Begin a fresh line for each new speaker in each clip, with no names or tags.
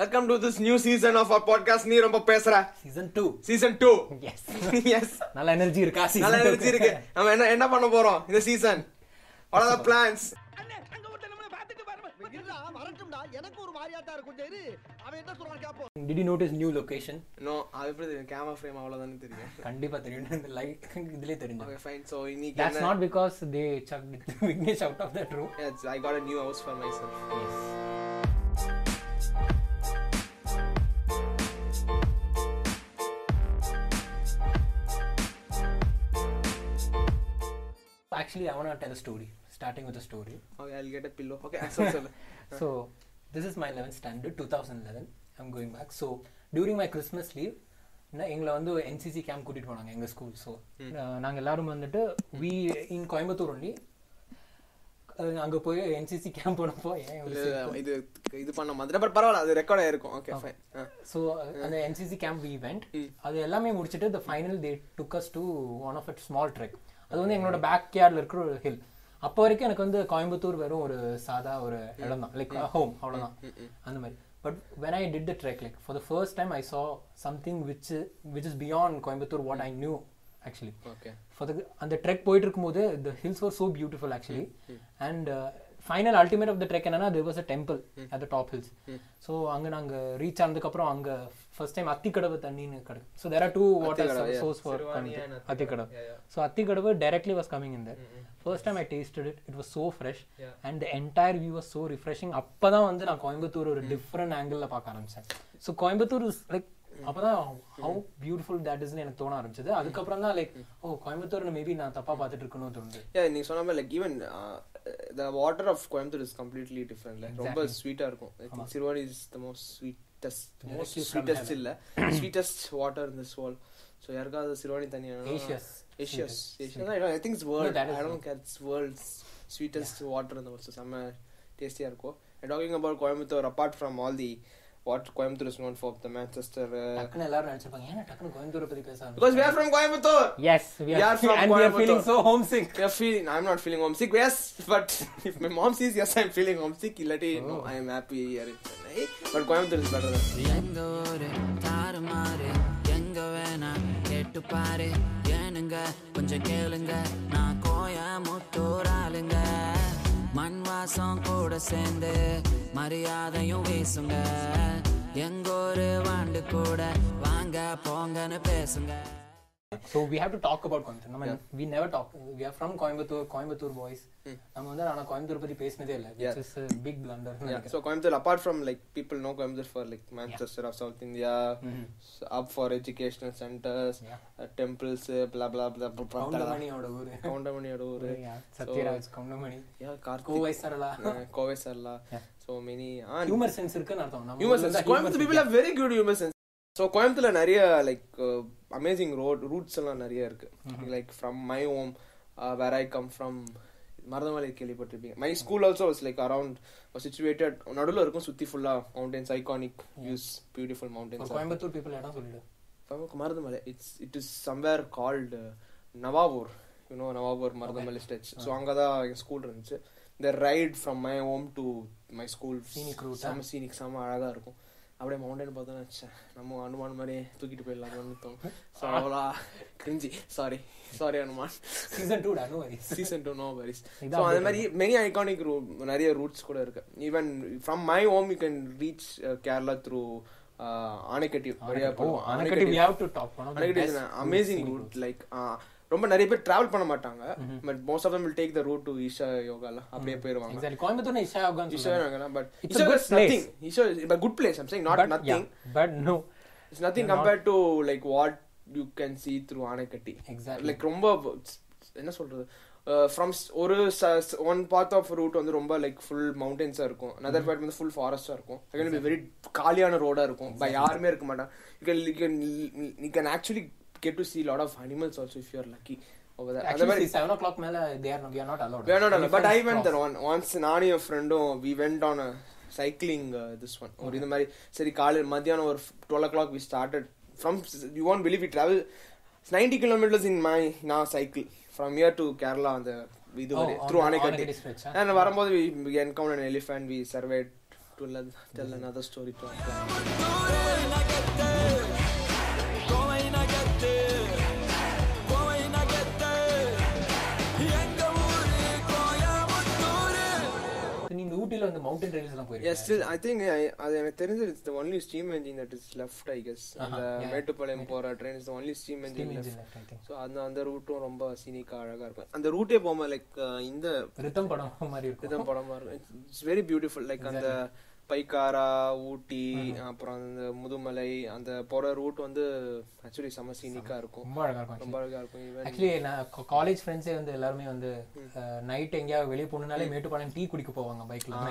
Welcome to this new season of our podcast நீ ரொம்ப பேசுற
season two
season two
yes
yes
நல்ல energy இருக்கா
நல்ல
சீசன்
எனர்ஜி இருக்கு நம்ம என்ன என்ன பண்ண போறோம் இந்த season what are the plans
எனக்கு ஒரு மாதிரியாத்தா இருக்கும் சரி அவன் என்ன சொல்றான் கேப்போம்
did you notice new location
no அது எப்படி தெரியும் கேமரா ஃப்ரேம் அவ்வளவுதானே தெரியும்
கண்டிப்பா தெரியும் இந்த லைக் இதுலயே தெரிஞ்சு
ஓகே ஃபைன் சோ இன்னைக்கு
தட்ஸ்
என்ன
not because they chuck Vignesh out of that room
Yes, I got a new house for myself
actually I want tell story starting with story
okay I'll get a pillow okay சொல்லு சொல்லு
So this is my 11th standard, 2011. I'm going back. So during my Christmas leave, நான் எங்களை வந்து NCC camp கூட்டிட்டு போனாங்க எங்க school so நாங்கள் எல்லாரும் வந்துட்டு வி இன் கோயம்புத்தூர் ஒண்டி அங்க போய் என்சிசி கேம்ப் போனப்போ
இல்ல, இல்ல, Uh, இது இது பண்ண மாதிரி பட் பரவாயில்ல அது ரெக்கார்ட் ஆயிருக்கும் Uh, ஓகே ஃபைன்
ஸோ அந்த என்சிசி கேம்ப் ஈவெண்ட் அது எல்லாமே முடிச்சுட்டு the final they took us to one of at small trek அது வந்து எங்களோட பேக் யார்டில் இருக்கிற ஒரு ஹில் அப்போ வரைக்கும் எனக்கு வந்து கோயம்புத்தூர் வெறும் ஒரு சாதா ஒரு இடம் தான் லைக் ஹோம் அவ்வளோதான் அந்த மாதிரி but when I did the trek like for the first time I saw something which which is beyond Coimbatore what I knew actually
okay
for the அந்த ட்ரெக் போயிட்டு இருக்கும்போது the hills were so beautiful actually and final ultimate of the trek என்னன்னா there was a temple at the top hills so அங்கே நாங்கள் reach ஆனதுக்கப்புறம் அங்கே first time Athikadavu தண்ணின்னு கிடக்கு so there are two water source for Athikadavu so Athikadavu directly was coming இந்த first time I tasted it it was so fresh and the entire view was so refreshing அப்போ தான் வந்து நான் கோயம்புத்தூர் ஒரு டிஃப்ரெண்ட் ஆங்கிளில் பார்க்க ஆரம்பிச்சேன் ஸோ கோயம்புத்தூர் இஸ் லைக் அப்பதான் ஹவு பியூட்டிஃபுல் தட் இஸ்னு எனக்கு தோண ஆரம்பிச்சது அதுக்கப்புறம் தான் லைக் ஓ கோயம்புத்தூர்னு மேபி நான் தப்பா பார்த்துட்டு இருக்கணும்னு தோணுது
yeah நீ சொன்ன மாதிரி uh, like even the water of Coimbatore is completely டிஃப்ரெண்ட்ல ரொம்ப ஸ்வீட்டா இருக்கும் I think Siruvani is the most sweetest most sweetest இல்ல sweetest water in this world so யாருக்காவது சிறுவாணி தண்ணி
Asia's
Asia's Asia I think it's world
that is
I don't care it's world's sweetest water இந்த வருஷம் செம்ம டேஸ்டியாக இருக்கும் talking about Coimbatore apart from all the what Coimbatore is known for the Manchester
டக்குன்னு எல்லாரும் நினைச்சிருப்பாங்க ஏன் டக்குன்னு கோயம்புத்தூர் பத்தி பேசாம
because where from Coimbatore
yes we
We are
are
from
and we are
Coimbatore.
Feeling so homesick
We are feeling, I'm not feeling homesick, yes, but if my mom sees yes, I'm feeling homesick, illati, no, I am happy here in Chennai. But Coimbatore is better than
எங்க ஊரு தாறுமாறு எங்க வேணா கேட்டு பாரு ஏனுங்க கொஞ்சம் கேளுங்க நான் கோயமுத்தூர் ஆளுங்க மண் வாசம் கூட சேர்ந்து மரியாதையும் வீசுங்க எங்க ஊரு வாண்டு கூட வாங்க போங்கன்னு பேசுங்க
so we have to talk about Coimbatore நம்ம we never talk we are from Coimbatore Coimbatore boys நம்ம வந்து நான் கோயம்புத்தூர் பத்தி பேசினதே இல்ல which is big
Yeah.
Blunder
So Coimbatore, apart from like people know Coimbatore for like Manchester or South India, so up for educational centers, uh, temples, uh, blah blah blah blah blah. blah.
கவுண்டமணியோட ஊரு
Koundamani ஊரு.
Yeah,
So,
Sathyaraj Goundamani
Oh, yeah, Karthik,
Kovai Sarala
uh, Kovai Sarala. So many. and-
humour sense இருக்குன்னு அர்த்தம் நம்ம
Humor
ஊர்ல
sense.
தான் humor
Coimbatore people have very good humor sense. So கோயம்புத்தூரில் நிறைய uh, like amazing road routes எல்லாம் நிறைய இருக்கு
Mm-hmm.
Like from my home where I come from Marudhamalai கேள்விப்பட்டிருப்பீங்க my school also was like around situated நடுவில் இருக்கும் சுற்றி ஃபுல்லாக mountains iconic views beautiful
For
mountains
Coimbatore people இடம் சொல்லிடு
Marudhamalai it's it is somewhere called Navapur you know Navapur Marudhamalai stretch so
Uh-huh.
அங்கே தான் என் ஸ்கூல் இருந்துச்சு இந்த right from my home to my school
Scenic route,
செம சீனிக் செம அழகாக இருக்கும் அப்படியே மவுண்டன் பார்த்தோன்னு ச்சே, நம்ம அனுமான் மாதிரியே தூக்கிட்டு போயிடலாம்னு தோணும் ஸோ அவ்வளோ cringey sorry sorry Hanuman
season two டா no worries
season two no worries
இதான்
ஸோ அந்த மாதிரி மெனி ஐகானிக் ரூ நிறைய ரூட்ஸ் கூட இருக்கு even from my home you can reach Kerala through uh, Anaikatti வழியா போகும்
Anaikatti we have to talk one of the
Anaikatti
best
amazing route like uh, ரொம்ப நிறைய பேர் டிராவல் பண்ண மாட்டாங்க
Mm-hmm.
But most of them will take the route to Isha யோகாலாம் அப்படியே போயிருவாங்க
exactly கோயம்புத்தூர் இஷா ஆப்கான்
ஈஷா யோகாலாம் but
It's a
Isha
Mm-hmm. good
is nothing Isha is but good place I'm saying not
but
nothing
but no
it's nothing compared to like what you can see through Anaikatti
exactly
like ரொம்ப என்ன சொல்றது from ஒரு one part of route வந்து ரொம்ப like full மவுண்டன்ஸாக இருக்கும் other part வந்து full ஃபாரஸ்டாக இருக்கும் செகண்ட் வெரி காலியான ரோடாக இருக்கும் பை யாருமே இருக்க மாட்டாங்க you can you can you can actually get to see lot of animals also if you are lucky அந்த மாதிரி
ஆக்சுவலி 7 o'clock மேல they are we are not allowed
வேணும் இல்லை but I went
Elephants
there one once நானும் என் ஃப்ரெண்டும் we went on cycling this one ஒரு uh, இந்த மாதிரி சரி காலையில் மத்தியானம் ஒரு twelve o'clock we started from you want believe we travel ninety kilometres in my நான் cycle from here to Kerala அந்த இது
Oh,
வரை through
on the- on the
Anaikatti
dispatch, huh?
And வரும்போது we encounter an elephant we survey to to let, tell another story to our client.
So, நீ இந்த ஊட்டில அந்த mountain rails எல்லாம்
Yeah,
போயிருக்கீங்க
still, I think I, அது எனக்கு தெரிஞ்சு it's the only steam engine that is left I guess அந்த
Uh-huh. yeah.
மேட்டுப்பாளையம் போகிற train is the only steam engine left
I think
so அந்த அந்த ரூட்டும் ரொம்ப சீனிக்காக அழகாக இருக்கும் அந்த ரூட்டே போகாம லைக் இந்த
ரித்தம் படம் மாதிரி இருக்கும்
இதுதான் படமாக இருக்கும் இட்ஸ் வெரி பியூட்டிஃபுல் லைக் அந்த பைக்காரா ஊட்டி அப்புறம் அந்த முதுமலை அந்த போகிற ரூட் வந்து ஆக்சுவலி செம சீனிக்காக இருக்கும்
ரொம்ப அழகா இருக்கும்
ரொம்ப அழகாக இருக்கும் ஈவன்
ஆக்சுவலி நான் காலேஜ் ஃப்ரெண்ட்ஸே வந்து எல்லாருமே வந்து நைட் எங்கேயாவது வெளியே போகணும்னாலே மேட்டுப்பாளையம் டீ குடிக்க போவாங்க பைக்ல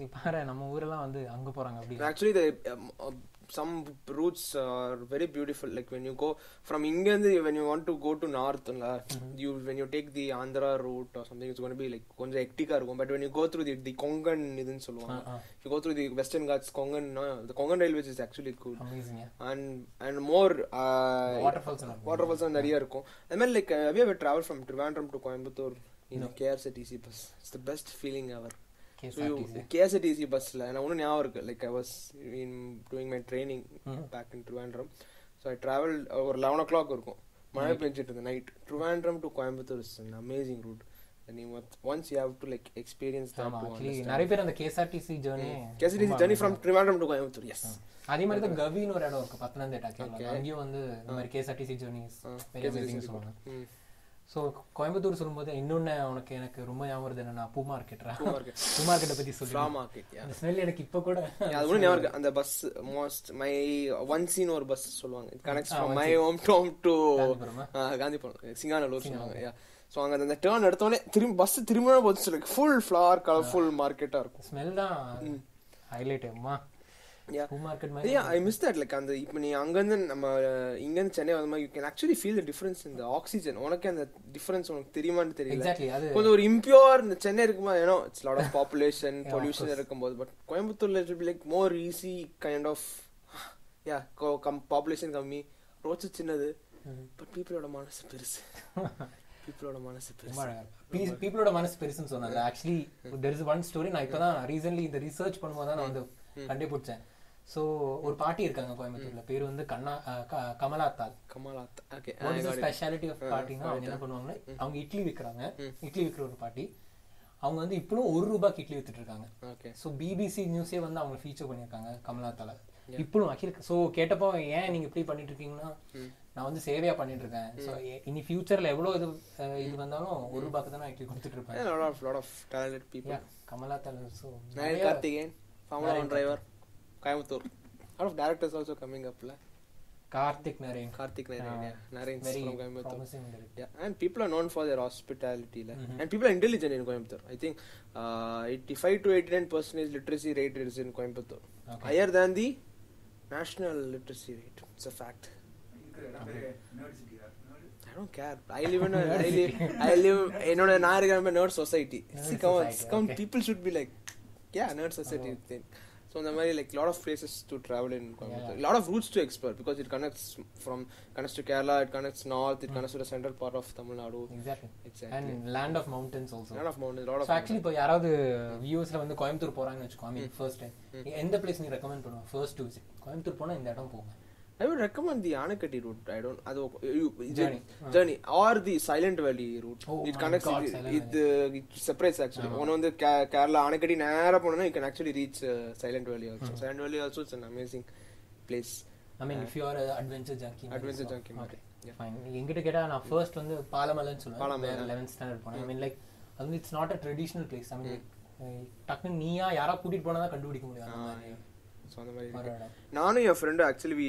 நீ பாரு நம்ம ஊரெல்லாம் வந்து அங்க போறாங்க அப்படி
actually the um, uh, some routes are very beautiful like when you go from India when you want to go to north la, you when you take the Andhra route or something it's going to be like கொஞ்சம் எக்டிக்கா இருக்கும் but when you go through the the Kongan இதுன்னு சொல்லுவாங்க you go through the Western Ghats Kongan uh, the Kongan railways is actually good
அமேசிங்கா
and and more uh,
waterfalls
waterfalls நிறைய இருக்கும் அது மாதிரி like have you ever traveled from Trivandrum to Coimbatore in a KRCTC bus it's the best feeling ever
KSRTC
KSTC பஸ்ஸில் எனக்கு ஒன்றும் ஞாபகம் இருக்கு like I was in doing my training
Mhm.
Back in Trivandrum so I travel ஒரு eleven o'clock இருக்கும் மழை பெஞ்சிட்டு இருந்து night Trivandrum to Coimbatore is an amazing route நீ once you have to like experience
ஆமா ஆக்சுவலி நிறைய பேர் அந்த KSRTC journey
KSTC journey from Trivandrum to Coimbatore yes
அதே மாதிரி தான் கவின்னு ஒரு இடம் இருக்கு பத்தனந்திட்டா கேரளா அங்கேயும் வந்து இந்த மாதிரி கேஎஸ்ஆர்டிசி ஜர்னிஸ் வெரி அமேசிங் சொல்லுவாங்க
Hmm.
ஸோ கோயம்புத்தூர் சொல்லும்போது இன்னொன்று உனக்கு எனக்கு ரொம்ப ஞாபகம் வருது என்னன்னா பூ மார்க்கெட்ரா பூ மார்க்கெட்டை பற்றி சொல்லி
ஃப்ரம் மார்க்கெட்
அந்த ஸ்மெல் எனக்கு இப்போ கூட
அது ஒன்றும் ஞாபகம் இருக்கு அந்த bus most my one scene ஒரு பஸ் சொல்லுவாங்க it connects from my home டோம் டு
காந்திபுரமா?
காந்திபுரம் சிங்காநல்லூர் சொல்லுவாங்க யா ஸோ அங்கே அந்த டேர்ன் எடுத்தோடனே திரும்பி பஸ் திரும்ப போச்சு லைக் ஃபுல் ஃப்ளவர் கலர்ஃபுல் மார்க்கெட்டாக இருக்கும்
ஸ்மெல் தான் ஹைலைட் அம்மா
யா
பூ மார்க்கெட் மாதிரி
ஐ மிஸ் தட் லைக் அந்த இப்போ நீ அங்கேருந்து நம்ம அஹ், இங்கேருந்து சென்னை வந்த மாதிரி you can actually feel the difference இந்த ஆக்சிஜன் உனக்கு அந்த டிஃப்ரென்ஸ் உனக்கு தெரியுமான்னு தெரியல
எக்ஸாக்ட்லி அது
கொஞ்சம் ஒரு இம்பியூர் இந்த சென்னை இருக்குமா ஏனோ it's lot of population pollution இருக்கும்போது பட் கோயம்புத்தூர்ல it like more easy kind of yeah calm population கம்மி ரோச்சு சின்னது பட் பீப்புளோட மனசு பெருசு பீப்புளோட மனசு பெருசு
ரொம்ப அழகா இருக்கு பீப்புளோட மனசு பெருசுன்னு சொன்னாங்க actually there is one story நான் இப்போ தான் ரீசென்ட்லி இந்த ரிசர்ச் பண்ணும்போது தான் நான் வந்து கண்டுபிடிச்சேன் ஸோ ஒரு பாட்டி இருக்காங்க கோயம்புத்தூர்ல பேர் வந்து கண்ணா அஹ் க- கமலா தால்
கமலாத் okay
what is speciality of பாட்டினா அவங்க என்ன பண்ணுவாங்கன்னா அவங்க இட்லி விற்கிறாங்க இட்லி விற்கிற ஒரு பாட்டி அவங்க வந்து இப்பளும் ஒரு ரூபாய்க்கு இட்லி வித்துட்டு இருக்காங்க
ஓகே
ஸோ பிபிசி நியூஸே வந்து அவங்க ஃபீச்சர் பண்ணியிருக்காங்க கமலா தலை இப்பளும் அகில் ஸோ கேட்டப்போ ஏன் நீங்க இப்படி பண்ணிட்டு இருக்கீங்கன்னா நான் வந்து சேவையா பண்ணிட்டு இருக்கேன் ஸோ இனி ஃபியூச்சர்ல எவ்வளோ இது அஹ், இது வந்தாலும் ஒரு ரூபாய்க்கு தான் நான் இட்லி கொடுத்துட்டு இருப்பேன்
lot of lot of talented people
Yeah, Kamala தலை ஸோ
நயன் Karthikeyan formula one driver Coimbatore lot of directors also coming அப்ல
Karthik Naren
Karthik Naren Naren
very
from Coimbatore
promising
Yeah, and people are known for their hospitality, like,
Mm-hmm.
and people are intelligent in Coimbatore. I think uh, 85 to 89 percent literacy rate is in Coimbatore, higher than the national literacy rate. It's a fact. I don't care. I live in a I live I live in a nerd society. See, come on,
society,
come.
okay. Oh.
People should be like, yeah, nerd society thing. So in the very like lot of places to travel in Coimbatore, lot of routes to explore because it connects from connects to Kerala, it connects north, it
Hmm.
connects to the central part of Tamil Nadu.
Exactly
Exactly.
And land of mountains also
lot of mountains, lot of.
So actually இப்போ யாராவது வியூஸ்ல வந்து கோயம்புத்தூர் போறாங்கன்னு வச்சுக்கோ I mean first time எந்த place நீ recommend பண்ணுவேன் first to Coimbatore போனா இந்த இடம் போங்க
I would recommend the Anakati route. I don't. I don't you, you-
Journey. Hmm.
journey or the Silent Valley route.
Oh
it
my
connects.
God,
it,
Silent Hmm.
it, uh, it separates actually. One on the Ka- Kerala Anakati நேரா போனோம்னா you can actually reach uh, Silent Valley also.
Hmm.
Silent Valley also is an amazing place.
I mean if you are adventure junkie
Adventure junkie மாதிரி.
Okay fine எங்கிட்ட கேட்டா நான் first வந்து பாலமலைன்னு சொல்லுவேன்
பாலமலை.
வேற லெவன்த் ஸ்டாண்டர்ட் போனேன் ஐ மீன் லைக் அது வந்து it's not a traditional place I mean like டக்குன்னு நீயா யாரா கூட்டிட்டு போனா தான் கண்டுபிடிக்க முடியும் அந்த மாதிரி
So அந்த மாதிரி
ஒரு
இருக்கு.
இடம்.
நானும் என் friend actually we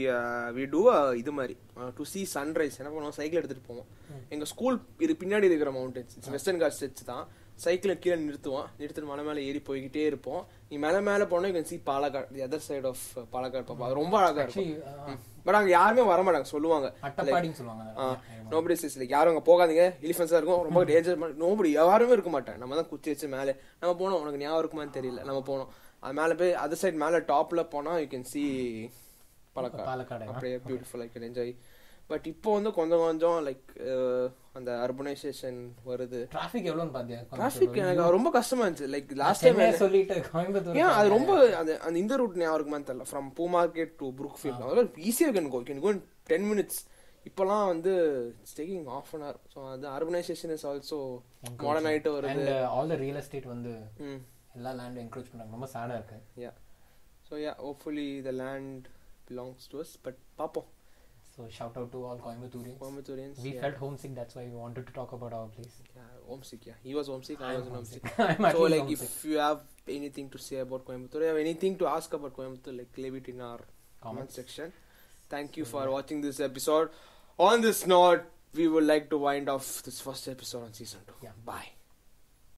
we do uh, இது மாதிரி டு சி சன்ரைஸ் என்ன பண்ணுவோம் சைக்கிள் எடுத்துகிட்டு போவோம் எங்கள் ஸ்கூல் இது பின்னாடி இருக்கிற mountains it's Western Ghats stretch தான் சைக்கிளை கீழே நிறுத்துவோம் நிறுத்திட்டு மலை மேலே ஏறி போய்கிட்டே இருப்போம் நீ மேலே மேலே போனால் you can see Palakkad the other side of Palakkad uh, பாப்பா அது ரொம்ப அழகாக இருக்கும்
Actually, ஆ,
பட் அங்கே யாருமே வர மாட்டாங்க சொல்லுவாங்க
அட்டப்பாடின்னு சொல்லுவாங்க அதை.
நோபடி இஸ் லைக் யாரும் அங்கே போகாதீங்க எலிஃபென்ஸாக இருக்கும் ரொம்ப டேஞ்சர் நோபடி யாருமே இருக்க மாட்டேன் நம்ம தான் குச்சி வச்சு மேலே நம்ம போனோம் உனக்கு ஞாபகம் இருக்குமான்னு தெரியல நம்ம போனோம் அது மேலே போய் அதர் சைடு மேலே டாப்பில் போனால் யூ கேன் சி பழக்கா
பாலக்காடு
அப்படியே beautiful I can enjoy but இப்போ வந்து கொஞ்சம் கொஞ்சம் லைக் அந்த அர்பனைசேஷன் வருது
டிராஃபிக் எவ்வளோன்னு பார்த்தியா
டிராஃபிக் எனக்கு ரொம்ப கஷ்டமா இருந்துச்சு லைக் லாஸ்ட் டைம்
சென்னையை சொல்லிட்டு கோயம்புத்தூர்
ஏன் அது ரொம்ப அது அந்த இந்த ரூட் ஞாபகம் இருக்குமான்னு தெரியல ஃப்ரம் பூ மார்க்கெட் டு புருக் ஃபீல்ட் அதெல்லாம் ஈஸியாக can go can go in ten minutes இப்போலாம் வந்து it's taking of an hour so அது அர்பனைசேஷன் இஸ் ஆல்சோ மாடர்ன் ஆகிட்டு வருது
and all the real estate வந்து
ம்
எல்லா லேண்டும் என்க்ரோச் பண்றாங்க ரொம்ப சேடாக இருக்கு
yeah so yeah hopefully the land belongs to us but பார்ப்போம்
so shout out to all கோயம்புத்தூரின்
Coimbatoreans
we felt homesick that's why wanted to talk about our place
homesick yeah he was homesick I was homesick
I'm
So
actually
like if
homesick.
you have anything to say about Coimbatore, you have anything to ask about Coimbatore, like leave it in our comment
Comments.
section. Thank you for watching this episode. On this note, we would like to wind off this first episode on season two.
Yeah.
Bye.